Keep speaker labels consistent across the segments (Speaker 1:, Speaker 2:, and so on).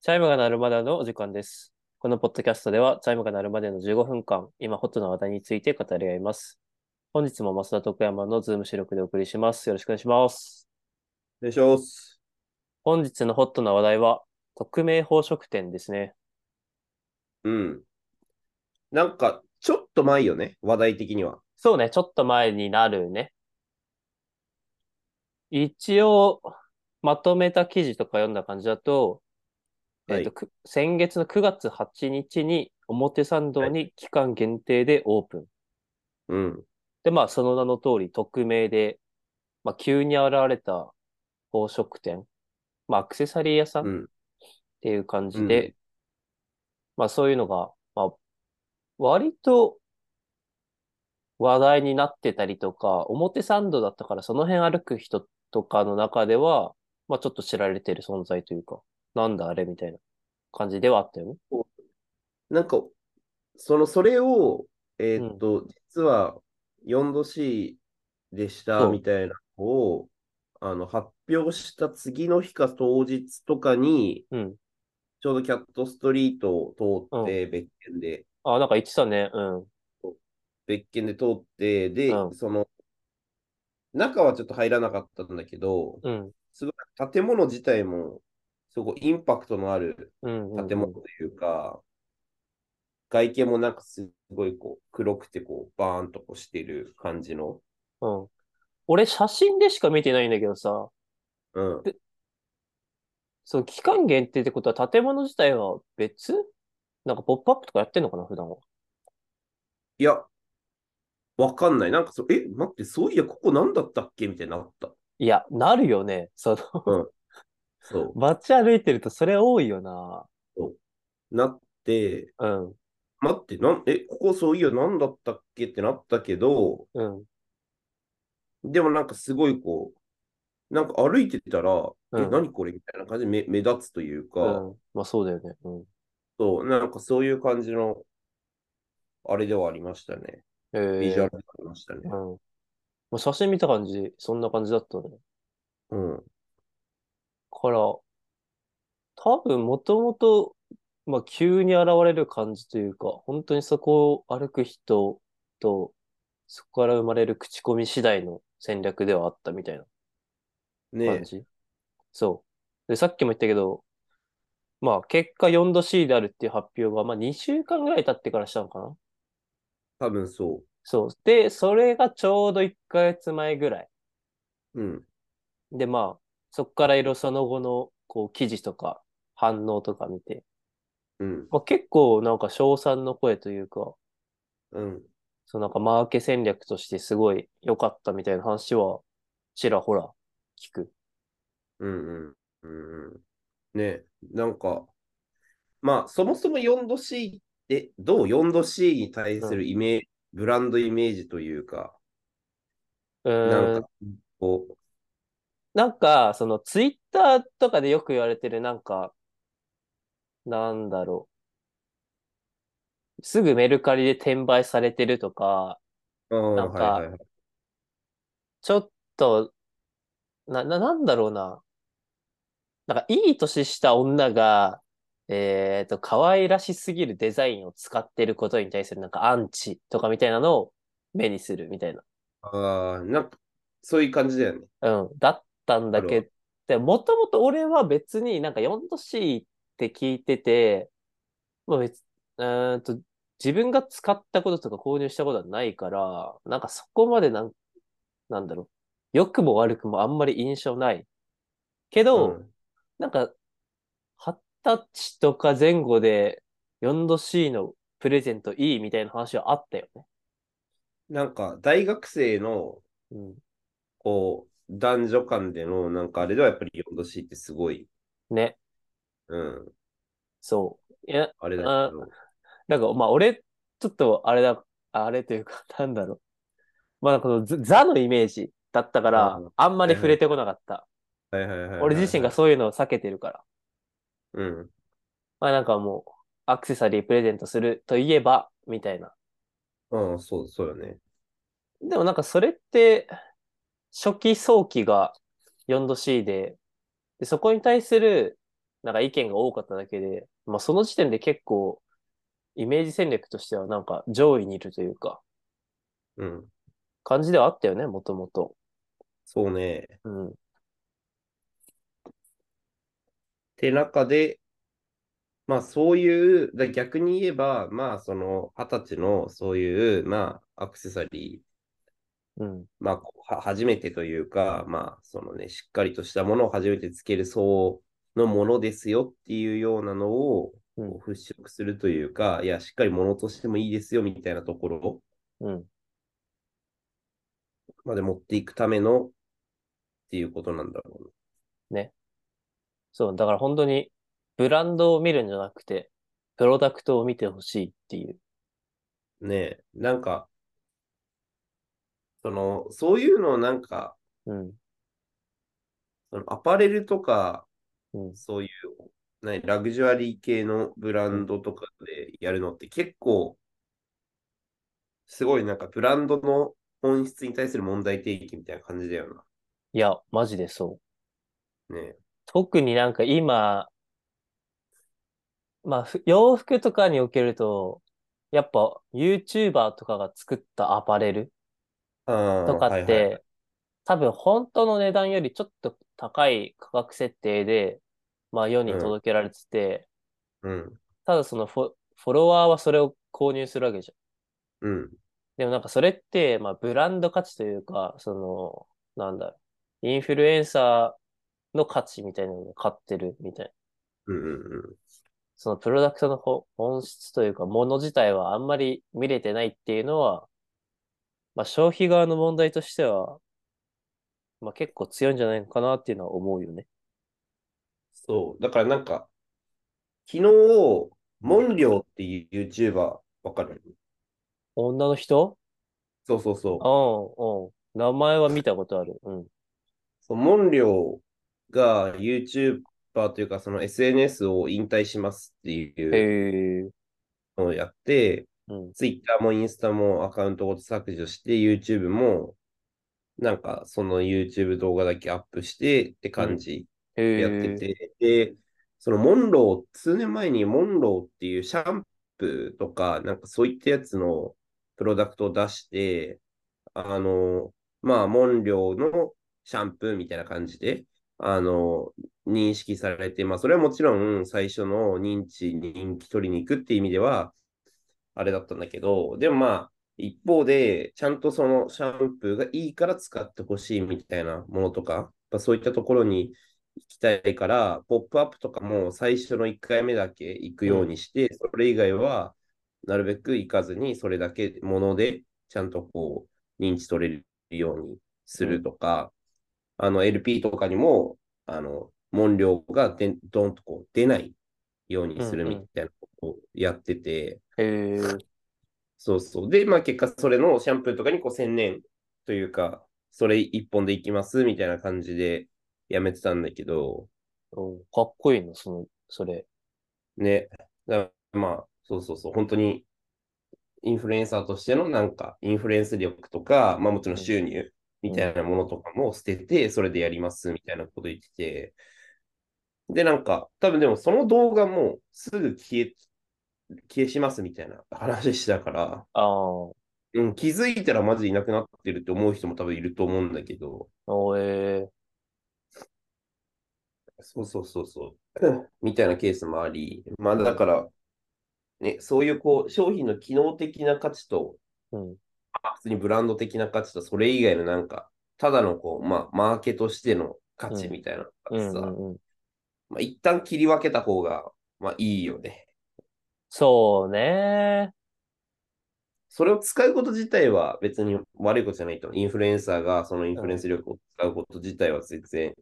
Speaker 1: チャイムが鳴るまでのお時間です。このポッドキャストでは、チャイムが鳴るまでの15分間、今ホットな話題について語り合います。本日も増田徳山のズーム収録でお送りします。よろしくお願いします。
Speaker 2: お願いします。
Speaker 1: 本日のホットな話題は、匿名宝飾店ですね。
Speaker 2: うん。なんか、ちょっと前よね、話題的には。
Speaker 1: そうね、ちょっと前になるね。一応、まとめた記事とか読んだ感じだと、えっ、
Speaker 2: はい
Speaker 1: と、く先月の9月8日に表参道に期間限定でオープン。
Speaker 2: うん。
Speaker 1: で、まあ、その名の通り、匿名で、まあ、急に現れた宝飾店、まあ、アクセサリー屋さんっ
Speaker 2: うん。
Speaker 1: ていう感じ
Speaker 2: う
Speaker 1: で、まあ、そういうのが、まあ、割と話題になってたりとか、表参道だったから、その辺歩く人とかの中では、まあ、ちょっと知られてる存在というか、なんだあれみたいな感じではあったよね。
Speaker 2: なんか、その、それを、えーっと、実は 4°C でした
Speaker 1: そう
Speaker 2: みたいなのを、あの、発表した次の日か当日とかに、
Speaker 1: うん。
Speaker 2: ちょうどキャットストリートを通って、別件で、
Speaker 1: あ、なんか言ってたね。うん。
Speaker 2: 別件で通って、で、
Speaker 1: うん
Speaker 2: その、中はちょっと入らなかったんだけど、
Speaker 1: うん。
Speaker 2: すごい建物自体も、すごいインパクトのある
Speaker 1: うん。うん
Speaker 2: 建物というか、外見もなんかすごいこう黒くてこうバーンとこうしてる感じの。
Speaker 1: うん。俺、写真でしか見てないんだけどさ、
Speaker 2: うん。
Speaker 1: その期間限定ってことは建物自体は別なんかポップアップとかやってんのかな、普段は。
Speaker 2: いや、わかんない。なんかそう、え、待って、そういや、ここ何だったっけみたいになった。
Speaker 1: いや、なるよね。その、
Speaker 2: そ
Speaker 1: 街歩いてるとそれ多いよな。
Speaker 2: う。なって、
Speaker 1: うん、
Speaker 2: 待って、なんえ、ここそういや、何だったっけってなったけど、
Speaker 1: うん、
Speaker 2: でもなんかすごいこう、なんか歩いてたら、
Speaker 1: う
Speaker 2: え、
Speaker 1: ん
Speaker 2: 何これみたいな感じで目目立つというか、
Speaker 1: うん。まあそうだよね。うん。
Speaker 2: そう、なんかそういう感じの、あれではありましたね。
Speaker 1: え
Speaker 2: ビジュア
Speaker 1: ー
Speaker 2: ルではありましたね
Speaker 1: うん。。もう写真見た感じ、そんな感じだったね。
Speaker 2: うん。
Speaker 1: から、多分もともと、まあ急に現れる感じというか、本当にそこを歩く人と、そこから生まれる口コミ次第の戦略ではあったみたいな
Speaker 2: ねえ
Speaker 1: 感じ。そう。で、さっきも言ったけど、まあ結果 4°C であるっていう発表が、まあ2週間ぐらい経ってからしたのかな。
Speaker 2: 多分そ
Speaker 1: そう。で、それがちょうど1ヶ月前ぐらい。
Speaker 2: う。うん。
Speaker 1: で、まあ、そこからいろいろその後の、こう、記事とか、反応とか見て、
Speaker 2: うん。
Speaker 1: まあ、結構なんか称賛の声というか、
Speaker 2: うん。
Speaker 1: そのなんかマーケ戦略としてすごい良かったみたいな話はちらほら聞く。
Speaker 2: うん。うん。うんうん。ねえなんか、まあ、そもそも 4°C って、どう 4°C に対するイメージ、ブランドイメージというか、
Speaker 1: うーん。
Speaker 2: なんか、こう、
Speaker 1: なんか、そのツイッターとかでよく言われてるなんか、なんだろう。すぐメルカリで転売されてるとか、
Speaker 2: ああ、
Speaker 1: なんか
Speaker 2: はいはいはい。
Speaker 1: ちょっと、な、な、なんだろうな。なんか、いい年した女が、えっと、可愛らしすぎるデザインを使ってることに対するなんかアンチとかみたいなのを目にするみたいな。
Speaker 2: ああ、なんか、そういう感じだよね。
Speaker 1: うん。だったんだけど、もともと俺は別になんか 4°C って聞いてて、まあ別、うーんと、自分が使ったこととか購入したことはないから、なんかそこまでなん、なんだろう。良くも悪くもあんまり印象ない。けど、
Speaker 2: ん。
Speaker 1: なんか、二十歳とか前後で 4°C のプレゼントいいみたいな話はあったよね。
Speaker 2: なんか、大学生の、
Speaker 1: うん。
Speaker 2: こう、男女間での、なんかあれではやっぱり 4°C ってすごい、
Speaker 1: ね。
Speaker 2: うん、
Speaker 1: そう。いや、
Speaker 2: あれだけど、
Speaker 1: なんか、まあ、俺、ちょっと、あれだ、あれというか、 なんだろう。まあ、このザザのイメージだったから
Speaker 2: うん、
Speaker 1: あんまり
Speaker 2: はい
Speaker 1: 触
Speaker 2: はい
Speaker 1: れてこなかった。
Speaker 2: はいはいはいはいはい
Speaker 1: 俺自身が、そういうのを避けてるから。
Speaker 2: うん、
Speaker 1: まあ、なんかもう、アクセサリープレゼントするといえば、みたいな。
Speaker 2: うん、そう、そうよね。
Speaker 1: でもなんかそれって、初期早期が 4°C で、で、そこに対するなんか意見が多かっただけで、まあその時点で結構、イメージ戦略としてはなんか上位にいるというか、
Speaker 2: うん。
Speaker 1: 感じではあったよね、もともと。
Speaker 2: そうね。
Speaker 1: うん。
Speaker 2: て中で、まあそういう、だ逆に言えば、まあその二十歳のそういう、まあアクセサリー、
Speaker 1: うん。
Speaker 2: まあこうは初めてというか、まあそのね、しっかりとしたものを初めてつける層のものですよっていうようなのを
Speaker 1: うん
Speaker 2: こう払拭するというか、いや、しっかりものとしてもいいですよみたいなところ
Speaker 1: うん。
Speaker 2: まで持っていくためのっていうことなんだろう
Speaker 1: そう、だから本当に、ブランドを見るんじゃなくて、プロダクトを見てほしいっていう。
Speaker 2: な。ねえなんか、その、そういうのをなんか、
Speaker 1: うん。
Speaker 2: そのアパレルとか、
Speaker 1: うん
Speaker 2: そういう、ね、ラグジュアリー系のブランドとかでやるのって結構、すごいなんかブランドの本質に対する問題提起みたいな感じだよ
Speaker 1: いや、マジでそう。
Speaker 2: な。ね。
Speaker 1: 特になんか今、まあ、ふ洋服とかにおけると、やっぱ YouTuber とかが作ったアパレル
Speaker 2: ああ、
Speaker 1: とか
Speaker 2: はい
Speaker 1: っ
Speaker 2: はい
Speaker 1: て、多分本当の値段よりちょっと高い価格設定で、まあ世に
Speaker 2: うん
Speaker 1: 届けられてて、
Speaker 2: うん。
Speaker 1: ただそのフォ、フォロワーはそれを購入するわけじゃん。
Speaker 2: うん。
Speaker 1: でもなんかそれって、まあブランド価値というか、その、なんだろう、インフルエンサーの価値みたいなのを買ってるみたいな。
Speaker 2: うん。うん。
Speaker 1: そのプロダクトのほ本質というか、もの自体はあんまり見れてないっていうのは、まあ消費側の問題としては、まあ結構強いんじゃないのかなっていうのは思うよね。
Speaker 2: そう。だからなんか、昨日、モンリョウっていう YouTuber、わかる
Speaker 1: 女の人
Speaker 2: そうそうそう。
Speaker 1: うん、うん。名前は見たことある。うん。
Speaker 2: そう、モンリョウが YouTuber というか、その SNS を引退しますっていう
Speaker 1: へえ。
Speaker 2: のをやって、
Speaker 1: うん。
Speaker 2: Twitter もインスタもアカウントごと削除して、YouTube も、なんかその YouTube 動画だけアップしてって感じ
Speaker 1: へ
Speaker 2: で
Speaker 1: え。
Speaker 2: やってて、で、そのモンロー、数年前にモンローっていうシャンプーとか、なんかそういったやつのプロダクトを出して、あの、まあ、モンリョーのシャンプーみたいな感じで、あの、認識されて、まあ、それはもちろん最初の認知、人気取りに行くっていう意味では、あれだったんだけど、でもまあ、一方で、ちゃんとそのシャンプーがいいから使ってほしいみたいなものとか、やっぱそういったところに行きたいから、ポップアップとかも最初の1回目だけ行くようにして、それ以外はなるべく行かずに、それだけもので、ちゃんとこう、認知取れるようにするとか、あの、LP とかにも、あの、音量がでドンとこう出ないようにするみたいなことをやってて、
Speaker 1: へえ。
Speaker 2: そうそう。で、まあ結果、それのシャンプーとかにこう専念というか、それ一本でいきますみたいな感じでやめてたんだけど、
Speaker 1: うんかっこいいの、その、それ。
Speaker 2: ね。だからまあ、そうそうそう、本当にインフルエンサーとしてのなんか、インフルエンス力とか、まあもちろん収入みたいなものとかも捨てて、それでやりますみたいなこと言ってて、で、なんか、多分でもその動画もすぐ消え、消えしますみたいな話したから、
Speaker 1: ああ。
Speaker 2: うん、気づいたらマジいなくなってるって思う人も多分いると思うんだけど、
Speaker 1: おえ
Speaker 2: そうそうそうそう、みたいなケースもあり、まあだから、ね、そういうこう商品の機能的な価値と、
Speaker 1: ー。うん。
Speaker 2: 普通にブランド的な価値と、それ以外のなんか、ただのこう、まあ、マーケとしての価値みたいなの
Speaker 1: う
Speaker 2: が
Speaker 1: ん
Speaker 2: さ、
Speaker 1: うんうん。
Speaker 2: まあ、一旦切り分けた方が、まあいいよね。
Speaker 1: そうね。
Speaker 2: それを使うこと自体は別に悪いことじゃないと思う。インフルエンサーがそのインフルエンス力を使うこと自体は全然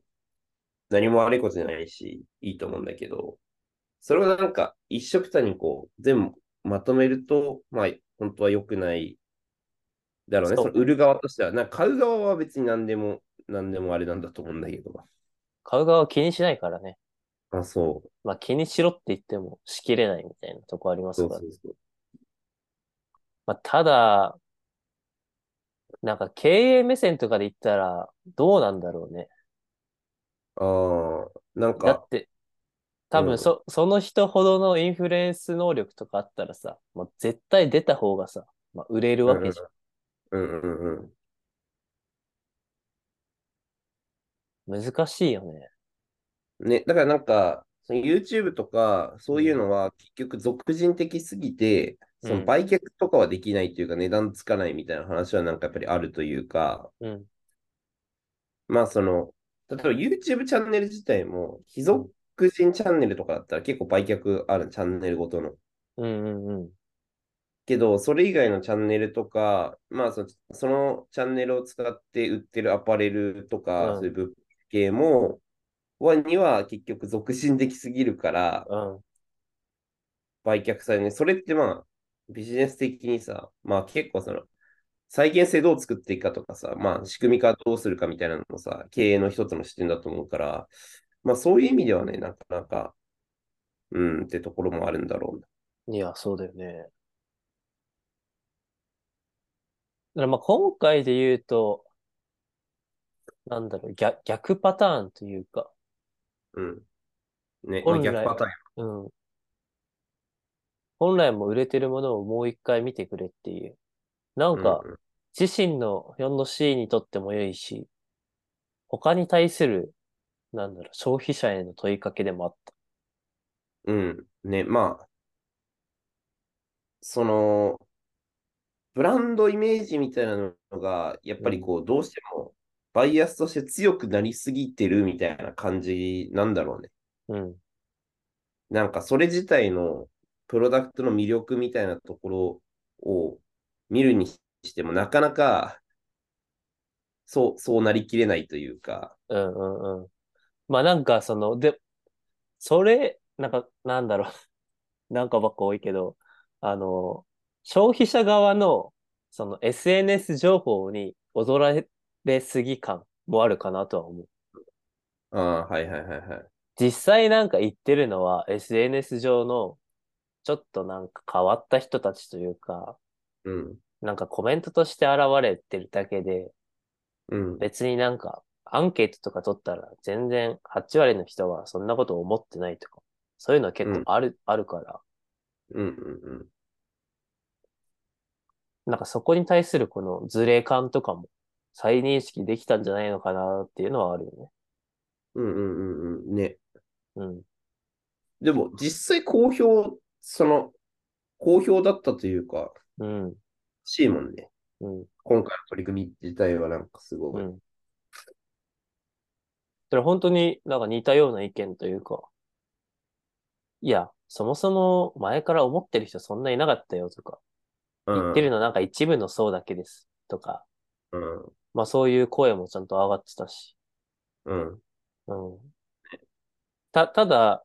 Speaker 2: 何も悪いことじゃないし、いいと思うんだけど、それをなんか一緒くたにこう、全部まとめると、まあ、本当は良くないだろうね。
Speaker 1: そう
Speaker 2: その売る側としては、なんか買う側は別に何でも、何でもあれなんだと思うんだけど。
Speaker 1: 買う側は気にしないからね。
Speaker 2: あ、そう。
Speaker 1: まあ気にしろって言ってもしきれないみたいなとこあります
Speaker 2: そう
Speaker 1: から
Speaker 2: そ。うそう。
Speaker 1: まあただ、なんか経営目線とかで言ったらどうなんだろうね。
Speaker 2: ああ、なん
Speaker 1: だ
Speaker 2: か
Speaker 1: っ、て、多分そ、その人ほどのインフルエンス能力とかあったらさ、まあ、絶対出た方がさ、まあ、売れるわけじゃん。
Speaker 2: うんうんうん。
Speaker 1: 難しいよね。
Speaker 2: ね、だからなんか、その YouTube とか、そういうのは結局、俗人的すぎて、そ
Speaker 1: うん
Speaker 2: の売却とかはできないというか、値段つかないみたいな話はなんかやっぱりあるというか、
Speaker 1: うん。
Speaker 2: まあその、例えば YouTube チャンネル自体も、非俗人チャンネルとかだったら結構売却ある、チャンネルごとの。
Speaker 1: うんうんうん。
Speaker 2: けど、それ以外のチャンネルとか、まあその、そのチャンネルを使って売ってるアパレルとか、
Speaker 1: うん
Speaker 2: そういう物件も、はには結局、俗人的すぎるから、
Speaker 1: うん。
Speaker 2: 売却されない。それってまあ、ビジネス的にさ、まあ結構その、再現性どう作っていくかとかさ、まあ仕組み化どうするかみたいなのもさ、経営の一つの視点だと思うから、まあそういう意味ではね、なかなか、うんってところもあるんだろうな。
Speaker 1: いや、そうだよね。だからまあ今回で言うと、なんだろう、逆、逆パターンというか、
Speaker 2: うん。ね、まあ
Speaker 1: 本来
Speaker 2: 逆パターン。
Speaker 1: うん。本来も売れてるものをもう一回見てくれっていう。なんか、
Speaker 2: うん
Speaker 1: 自身の 4C にとっても良いし、他に対する、なんだろう、消費者への問いかけでもあった。
Speaker 2: うん。ね、まあ、その、ブランドイメージみたいなのが、やっぱりこう、どうしても、バイアスとして強くなりすぎてるみたいな感じなんだろうね。
Speaker 1: うん。
Speaker 2: なんか、それ自体のプロダクトの魅力みたいなところを見るにしても、なかなか、そう、そうなりきれないというか、
Speaker 1: うんうんうん。まあなんかその、で、それ、なんか、なんだろう。 なんかばっか多いけど、あの、消費者側の、その SNS 情報に踊られすぎ感もあるかなとは思う。
Speaker 2: ああ、はいはいはいはい。
Speaker 1: 実際なんか言ってるのは SNS 上の、ちょっとなんか変わった人たちというか、
Speaker 2: うん、
Speaker 1: なんかコメントとして現れてるだけで、
Speaker 2: うん、
Speaker 1: 別になんかアンケートとか取ったら全然8割の人はそんなこと思ってないとか、そういうのは結構ある、あるから、
Speaker 2: うん、うん、
Speaker 1: なんかそこに対するこのズレ感とかも再認識できたんじゃないのかなっていうのはあるよ
Speaker 2: うん、うん、うん、うん、ね。
Speaker 1: ね。うん。
Speaker 2: でも実際好評、その、好評だったというか、
Speaker 1: うん。
Speaker 2: しいもんね。
Speaker 1: うん。
Speaker 2: 今回の取り組み自体はなんかすご
Speaker 1: う
Speaker 2: い。
Speaker 1: ん。だから本当になんか似たような意見というか、いや、そもそも前から思ってる人そんないなかったよとか、言ってるのなんか一部の層だけですとか、
Speaker 2: うん。
Speaker 1: まあそういう声もちゃんと上がってたし、
Speaker 2: うん。
Speaker 1: うん。た、ただ、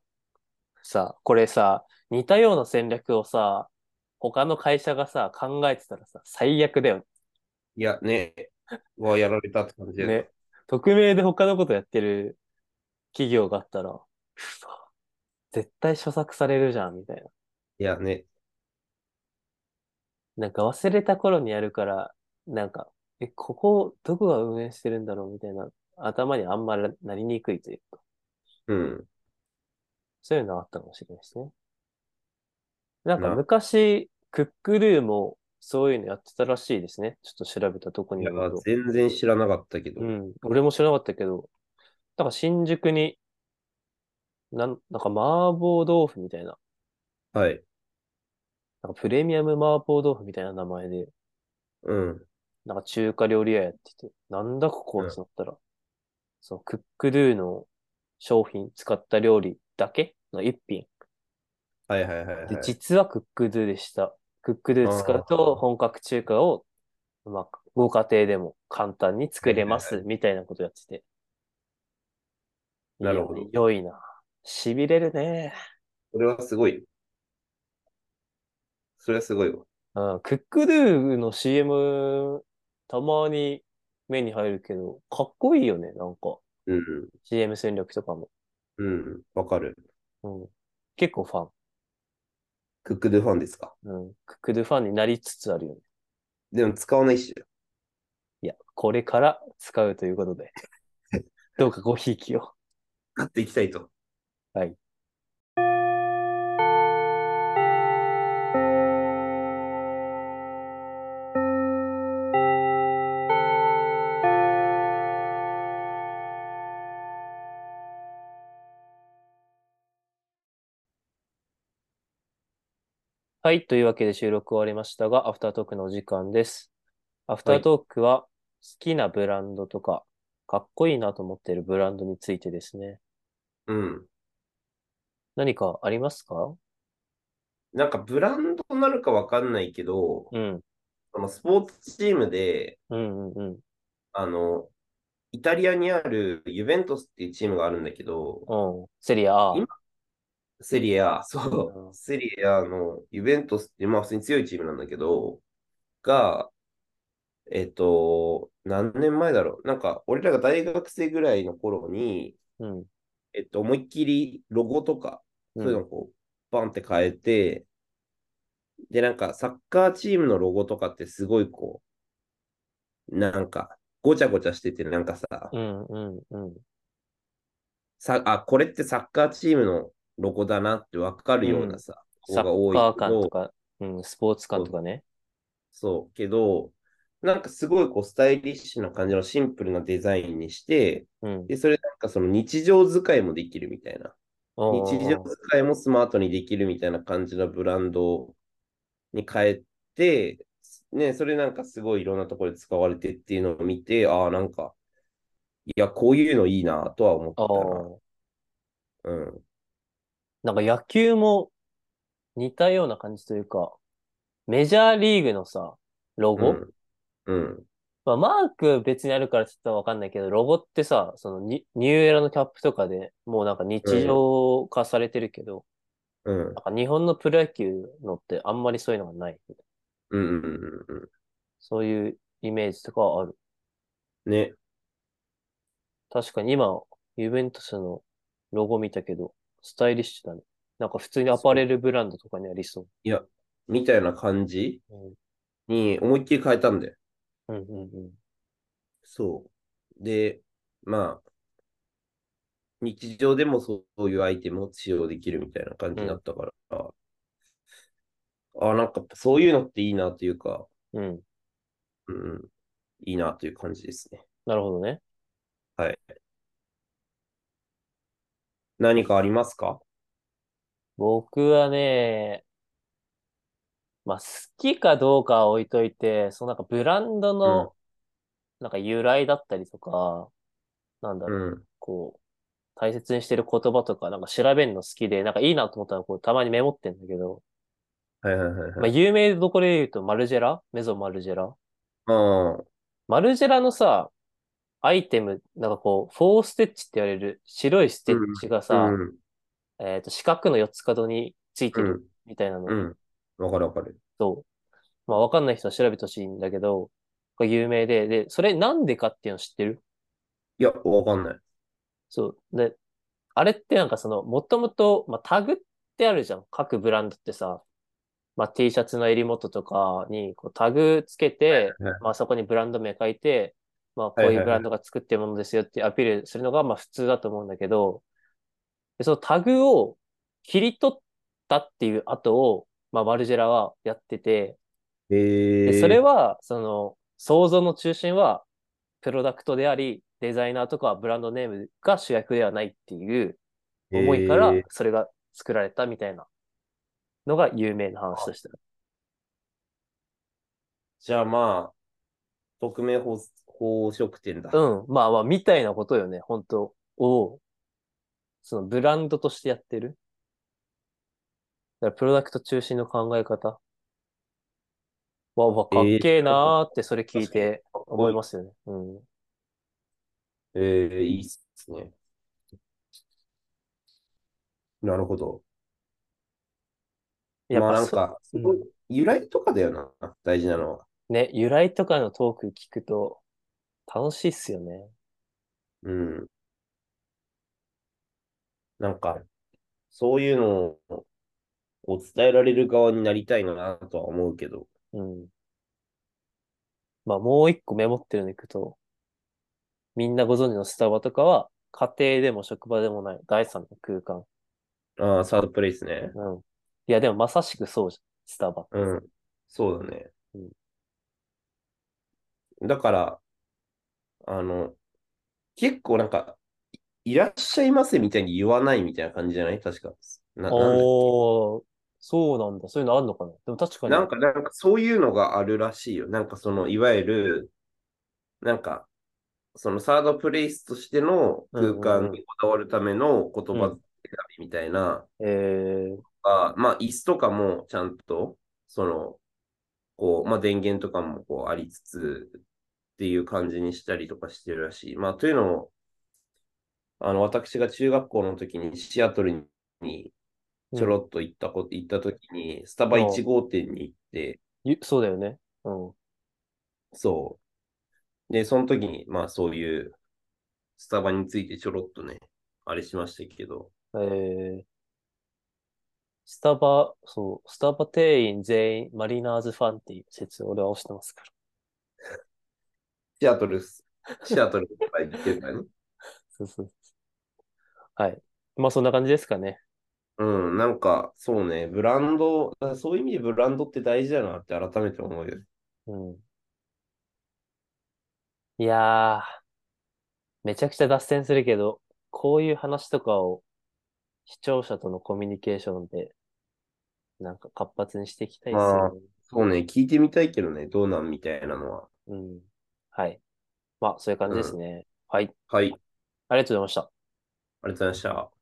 Speaker 1: さ、これさ、似たような戦略をさ、他の会社がさ、考えてたらさ、最悪だよ
Speaker 2: いや、ね。はやられたって感じだ
Speaker 1: ね。
Speaker 2: よね。
Speaker 1: ね。匿名で他のことやってる企業があったら、うそ絶対処策されるじゃん、みたいな。
Speaker 2: いや、ね。
Speaker 1: なんか忘れた頃にやるから、なんか、え、ここ、どこが運営してるんだろうみたいな、頭にあんまりなりにくいというか、
Speaker 2: うん。
Speaker 1: そういうのはあったかもしれないですね。なんか
Speaker 2: な
Speaker 1: 昔、クックルーもそういうのやってたらしいですね。ちょっと調べたとこ
Speaker 2: い
Speaker 1: に
Speaker 2: や
Speaker 1: よると。、
Speaker 2: 全然知らなかったけど。
Speaker 1: うん。俺も知らなかったけど、なんか新宿に、なん、なんか麻婆豆腐みたいな、
Speaker 2: はい。
Speaker 1: なんかプレミアム麻婆豆腐みたいな名前で、
Speaker 2: うん。
Speaker 1: なんか中華料理屋やってて、なんだここ
Speaker 2: うん
Speaker 1: ってなったら、そのクックドゥの商品使った料理だけの一品。
Speaker 2: はいはいはい、はい
Speaker 1: で、。実はクックドゥでした。クックドゥ使うと本格中華を、まあ、ご家庭でも簡単に作れます、みたいなことやってて。
Speaker 2: なるほど
Speaker 1: いや良いな。痺れるね。
Speaker 2: それはすごい。それはすごいわ。
Speaker 1: うん、クックドゥの CM、たまに目に入るけど、かっこいいよね、なんか。
Speaker 2: うん。
Speaker 1: CM 戦略とかも。
Speaker 2: うん。わかる。
Speaker 1: うん、結構ファン。
Speaker 2: クックドゥファンですか。
Speaker 1: うん、クックドゥファンになりつつあるよね。
Speaker 2: でも使わないっしょ。
Speaker 1: いや、これから使うという ことで。どうかごひいきを。
Speaker 2: 買っていきたいと。
Speaker 1: はい。というわけで収録終わりましたが、アフタートークのお時間です。アフタートークは好きなブランドとか、かっこいいなと思っているブランドについてですね。
Speaker 2: うん。
Speaker 1: 何かありますか
Speaker 2: なんかブランドになるかわかんないけど、
Speaker 1: うん。
Speaker 2: そのスポーツチームで、
Speaker 1: うんうんうん。
Speaker 2: あの、イタリアにあるユベントスっていうチームがあるんだけど、
Speaker 1: うん。セリア A。
Speaker 2: 今セリエ A、
Speaker 1: う
Speaker 2: そ
Speaker 1: ん
Speaker 2: う、セリエ A のユベントスって、まあ普通に強いチームなんだけど、が、えっと、何年前だろう。なんか、俺らが大学生ぐらいの頃に、
Speaker 1: うん。
Speaker 2: えっと、思いっきりロゴとか、
Speaker 1: う
Speaker 2: そういうの
Speaker 1: ん。
Speaker 2: をこう、バンって変えて、で、なんか、サッカーチームのロゴとかってすごいこう、なんか、ごちゃごちゃしてて、なんかさ、
Speaker 1: うんうんうん。
Speaker 2: さ、あ、これってサッカーチームのロゴだなってわかるようなさ、
Speaker 1: サ
Speaker 2: ロゴ
Speaker 1: ッ
Speaker 2: が
Speaker 1: カ
Speaker 2: 多
Speaker 1: ー
Speaker 2: いけ
Speaker 1: 感と
Speaker 2: ど
Speaker 1: か、うん、スポーツ感とかね。
Speaker 2: そう、けど、なんかすごいこうスタイリッシュな感じのシンプルなデザインにして、
Speaker 1: うん。
Speaker 2: で、それなんかその日常使いもできるみたいな。日常使いもスマートにできるみたいな感じのブランドに変えて、ね、それなんかすごいいろんなところで使われてっていうのを見て、ああ、なんか、いや、こういうのいいなとは思
Speaker 1: ああ。
Speaker 2: ったな。うん。
Speaker 1: なんか野球も似たような感じというか、メジャーリーグのさ、ロゴ、
Speaker 2: うんうん。
Speaker 1: まあ、マーク別にあるからちょっとわかんないけど、ロゴってさ、そのニ、ニューエラのキャップとかでもうなんか日常化されてるけど、
Speaker 2: うん。
Speaker 1: なんか日本のプロ野球のってあんまりそういうのがない。
Speaker 2: うんうんうんう
Speaker 1: そういうイメージとかはある。
Speaker 2: ん。ね。
Speaker 1: 確かに今、ユベントスのロゴ見たけど、スタイリッシュだね。なんか普通にアパレルブランドとかにありそ
Speaker 2: いや、みたいな感じ
Speaker 1: う。
Speaker 2: に思いっきり変えたんだよ。
Speaker 1: うん、うん、うん
Speaker 2: そう。で、まあ、日常でもそういうアイテムを使用できるみたいな感じになったから、あ、なんかそういうのっていいなというか、
Speaker 1: うん、うん。
Speaker 2: うんうん、いいなという感じですね。
Speaker 1: なるほどね。
Speaker 2: はい。何かありますか
Speaker 1: 僕はね、まあ好きかどうかは置いといて、そのなんかブランドの、なんか由来だったりとか、なんだ
Speaker 2: う
Speaker 1: ろう、
Speaker 2: ん。
Speaker 1: こう、大切にしてる言葉とか、なんか調べるの好きで、なんかいいなと思ったら、こう、たまにメモってんだけど、
Speaker 2: はいはいはい
Speaker 1: まあ
Speaker 2: はい。
Speaker 1: 有名どころで言うと、マルジェラメゾンマルジェラ
Speaker 2: ああ、
Speaker 1: マルジェラのさ、アイテム、なんかこう、フォーステッチって言われる白いステッチがさ、
Speaker 2: うん、
Speaker 1: えっと、四角の四つ角について
Speaker 2: う
Speaker 1: る
Speaker 2: ん、
Speaker 1: みたいなの
Speaker 2: うん。わかるわかる。
Speaker 1: と、まあ、わかんない人は調べてほしいんだけど、これ有名で、で、それなんでかっていうの知ってる
Speaker 2: いや、わかんない。
Speaker 1: そう。で、あれってなんかその、もともと、まあ、タグってあるじゃん。各ブランドってさ、まあ、T シャツの襟元とかにこうタグつけて、
Speaker 2: はい
Speaker 1: まあ、そこにブランド名書いて、まあ、こう
Speaker 2: はい
Speaker 1: いう
Speaker 2: はい
Speaker 1: ブランドが作ってるものですよってアピールするのが、まあ、普通だと思うんだけど、でそのタグを切り取ったっていう後を、まあ、マルジェラはやってて、
Speaker 2: え
Speaker 1: で
Speaker 2: え
Speaker 1: それは、その、想像の中心は、プロダクトであり、デザイナーとかブランドネームが主役ではないっていう思いから
Speaker 2: えー、
Speaker 1: それが作られたみたいなのが有名な話として
Speaker 2: じゃあまあ、匿名宝宝飾店だ。
Speaker 1: うん、まあまあ、みたいなことよね、本当を、そのブランドとしてやってる。だからプロダクト中心の考え方。わ、わ、かっけえなーって、それ聞いて思いますよね。うん。
Speaker 2: ええいいっすね。なるほど。
Speaker 1: やっ
Speaker 2: まあ
Speaker 1: ぱ
Speaker 2: なん
Speaker 1: そ
Speaker 2: か、すごい由来とかだよな、大事なのは。
Speaker 1: ね、由来とかのトーク聞くと楽しいっすよね。
Speaker 2: うん。なんか、そういうのをを伝えられる側になりたいなとは思うけど。
Speaker 1: うん。まあ、もう一個メモってるのいくと、みんなご存知のスタバとかは、家庭でも職場でもない第三の空間。
Speaker 2: ああ、サードプレイスね。
Speaker 1: うん。いや、でもまさしくそうじゃん、スタバ。
Speaker 2: うん。そうだね
Speaker 1: う。
Speaker 2: だから、あの、結構なんか、いいらっしゃいませみたいに言わないみたいな感じじゃない確か。な、なんだっけ
Speaker 1: おー、そうなんだ。そういうのあるのかな。でも確かに。
Speaker 2: なんか、なんかそういうのがあるらしいよ。なんかその、いわゆる、なんか、そのサードプレイスとしての空間にこだわるための言葉選びみたいな、
Speaker 1: えー、
Speaker 2: あまあ、椅子とかもちゃんと、その、こう、まあ、電源とかもこうありつつっていう感じにしたりとかしてるらしい。まあ、というのも、あの、私が中学校の時にシアトルにちょろっと行ったこと、行った時に、スタバ1号店に行って、
Speaker 1: ゆそうだよね。うん。
Speaker 2: そう。で、その時に、まあ、そういう、スタバについてちょろっとね、あれしましたけど、
Speaker 1: えー、スタバ、そう、スタバ店員全員マリナーズファンっていう説を俺は推してますか
Speaker 2: シアトルす、シアトルとか行ってたね。
Speaker 1: ら。そうそうそうはい。まあそんな感じですかね。
Speaker 2: うん、なんか、そうね、ブランド、だからそういう意味でブランドって大事だなって改めて思うよ。
Speaker 1: うん。いやー、めちゃくちゃ脱線するけど、こういう話とかを視聴者とのコミュニケーションで、なんか活発にしていきたいですよね。
Speaker 2: そうね、聞いてみたいけどね、どうなんみたいなのは。
Speaker 1: うん。はい。まあそういう感じですね。はい。
Speaker 2: はい、あり
Speaker 1: ありがとうございました。
Speaker 2: がとうございました。